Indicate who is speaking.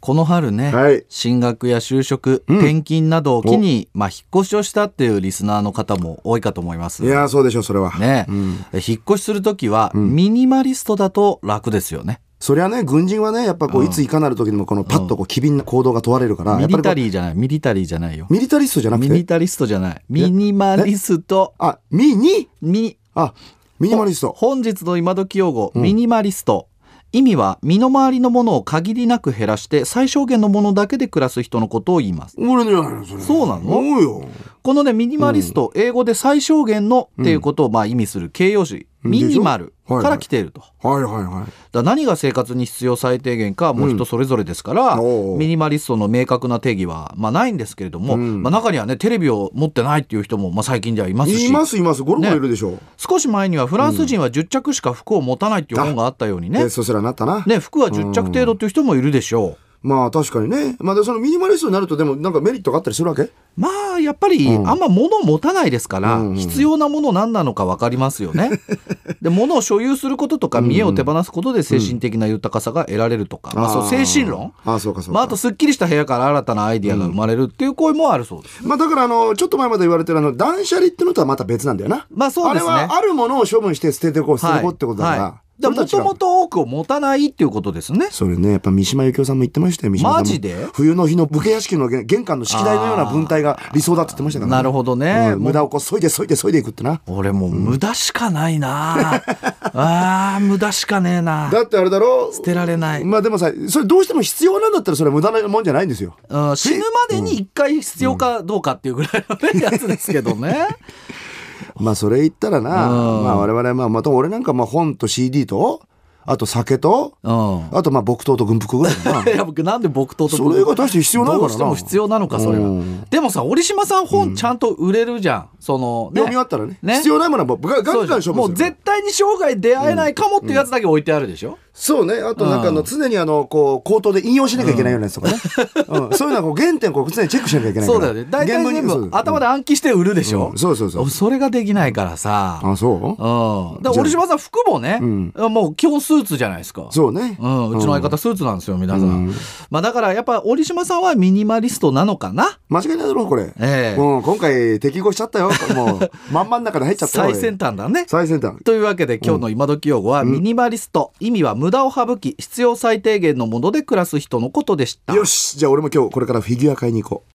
Speaker 1: この春ね、
Speaker 2: はい
Speaker 1: 進学や就職、転勤などを機に、まあ、引っ越しをしたっていうリスナーの方も多いかと思います。
Speaker 2: いやーそうでしょうそれは、
Speaker 1: ね、引っ越しするときは、ミニマリストだと楽ですよね。
Speaker 2: そりゃね軍人はねやっぱこういついかなる時にもこのパッとこう機敏な行動が問われるからや
Speaker 1: ミリ
Speaker 2: っぱりこ
Speaker 1: タ
Speaker 2: う
Speaker 1: リーじゃない、ミリタリーじゃないよ。
Speaker 2: ミリタリストじゃなく
Speaker 1: ミリ
Speaker 2: て
Speaker 1: タリストじゃない。ミニマリスト。
Speaker 2: あミニ
Speaker 1: ミ
Speaker 2: あミニマリスト
Speaker 1: 本日の今時用語、ミニマリスト。意味は身の回りのものを限りなく減らして最小限のものだけで暮らす人のことを言います。
Speaker 2: 俺じゃないのそれ
Speaker 1: そうなの
Speaker 2: そうよ
Speaker 1: このね、ミニマリスト、英語で最小限のっていうことをまあ意味する形容詞、
Speaker 2: うん
Speaker 1: ミニマル
Speaker 2: でしょはい
Speaker 1: か
Speaker 2: はい
Speaker 1: ら来ていると。
Speaker 2: はいはいはい
Speaker 1: だから何が生活に必要最低限かはもう人それぞれですから、
Speaker 2: うんおう
Speaker 1: ミニマリストの明確な定義はまあないんですけれども、
Speaker 2: うん
Speaker 1: まあ、中にはねテレビを持ってないっていう人もまあ最近ではいますし
Speaker 2: いますいますゴロゴロいるでしょ、
Speaker 1: 少し前にはフランス人は10着しか服を持たないっていう本があったようにね
Speaker 2: でそしたらなったな、
Speaker 1: ね服は10着程度っていう人もいるでしょう。
Speaker 2: まあ確かにねまあでそのミニマリストになるとでもなんかメリットがあったりするわけ
Speaker 1: まあやっぱりあん
Speaker 2: ん
Speaker 1: ま物を持たないですから、
Speaker 2: うんうん
Speaker 1: 必要なもの何なのか分かりますよ ね。で物を所有することとか見栄を手放すことで精神的な豊かさが得られるとか、まあ、そう
Speaker 2: あ
Speaker 1: 精
Speaker 2: ー
Speaker 1: 神論
Speaker 2: あそうかそうか、
Speaker 1: まあ、あとすっきりした部屋から新たなアイディアが生まれるっていう声もあるそうです。
Speaker 2: まあだからあのちょっと前まで言われてるあの断捨離ってのとはまた別なんだよな、
Speaker 1: まあそうですね
Speaker 2: あれはあるものを処分して捨ててこう捨ててこうってことだから、
Speaker 1: はい、だも
Speaker 2: それ
Speaker 1: と
Speaker 2: とは違
Speaker 1: も
Speaker 2: う
Speaker 1: と多くを持たないっていうことですね。
Speaker 2: それねやっぱ三島由紀夫さんも言ってましたよ三島さんも
Speaker 1: マジで
Speaker 2: 冬の日の武家屋敷の玄玄関の式台のような文体が理想だって言ってましたから、ね、
Speaker 1: なるほどね
Speaker 2: うん無駄をこう削いで削いで削いでいくってな
Speaker 1: 俺もう無駄しかない な、あー無駄しかねえな
Speaker 2: だってあれだろ
Speaker 1: 捨てられない、
Speaker 2: まあでもさそれどうしても必要なんだったらそれは無駄なもんじゃないんですよ
Speaker 1: うん、死ぬまでに一回必要かどうかっていうぐらいのね、 やつですけどね。
Speaker 2: まあそれ言ったらなまあ我々まあまた俺なんかまあ本と CD とあと酒と
Speaker 1: うん。
Speaker 2: あとまあ木刀と軍服ぐらいだ な
Speaker 1: いや僕なんで木刀と
Speaker 2: それが大して必要ないか
Speaker 1: ど
Speaker 2: ら
Speaker 1: う
Speaker 2: な
Speaker 1: しても必要なのかそれ
Speaker 2: う
Speaker 1: はでもさ折島さん本ちゃんと売れるじゃん、そのね
Speaker 2: 読み終わったらね必要ないものはもうガンガン
Speaker 1: そうじゃん
Speaker 2: 処分する
Speaker 1: もう絶対に生涯出会えないかもっていうやつだけ置いてあるでしょ、
Speaker 2: そうねあとなんかあの常にあのこう口頭で引用しなきゃいけないようなやつとかね、うんそういうのはこう原点をこう常にチェックしなきゃいけないか
Speaker 1: そ
Speaker 2: ら
Speaker 1: うだよね大体全部頭
Speaker 2: で
Speaker 1: で暗記して売るでしょ、
Speaker 2: そうそうそう
Speaker 1: 俺それができないからさ
Speaker 2: あそう
Speaker 1: うん、だから折島さん服もね、もう基本スーツじゃないですか
Speaker 2: そうね
Speaker 1: うん、うちの相方スーツなんですよ、皆さん。まあだからやっぱ折島さんはミニマリストなのかな
Speaker 2: 間違いないだろこれ、
Speaker 1: ええ
Speaker 2: うん、今回適合しちゃったよもうまんまん中で入っちゃったよ
Speaker 1: 最先端だね。
Speaker 2: 最先端
Speaker 1: というわけで今日の今時用語はミニマリスト、意味は無駄を省き必要最低限のもので暮らす人のことでした。
Speaker 2: よしじゃあ俺も今日これからフィギュア買いに行こう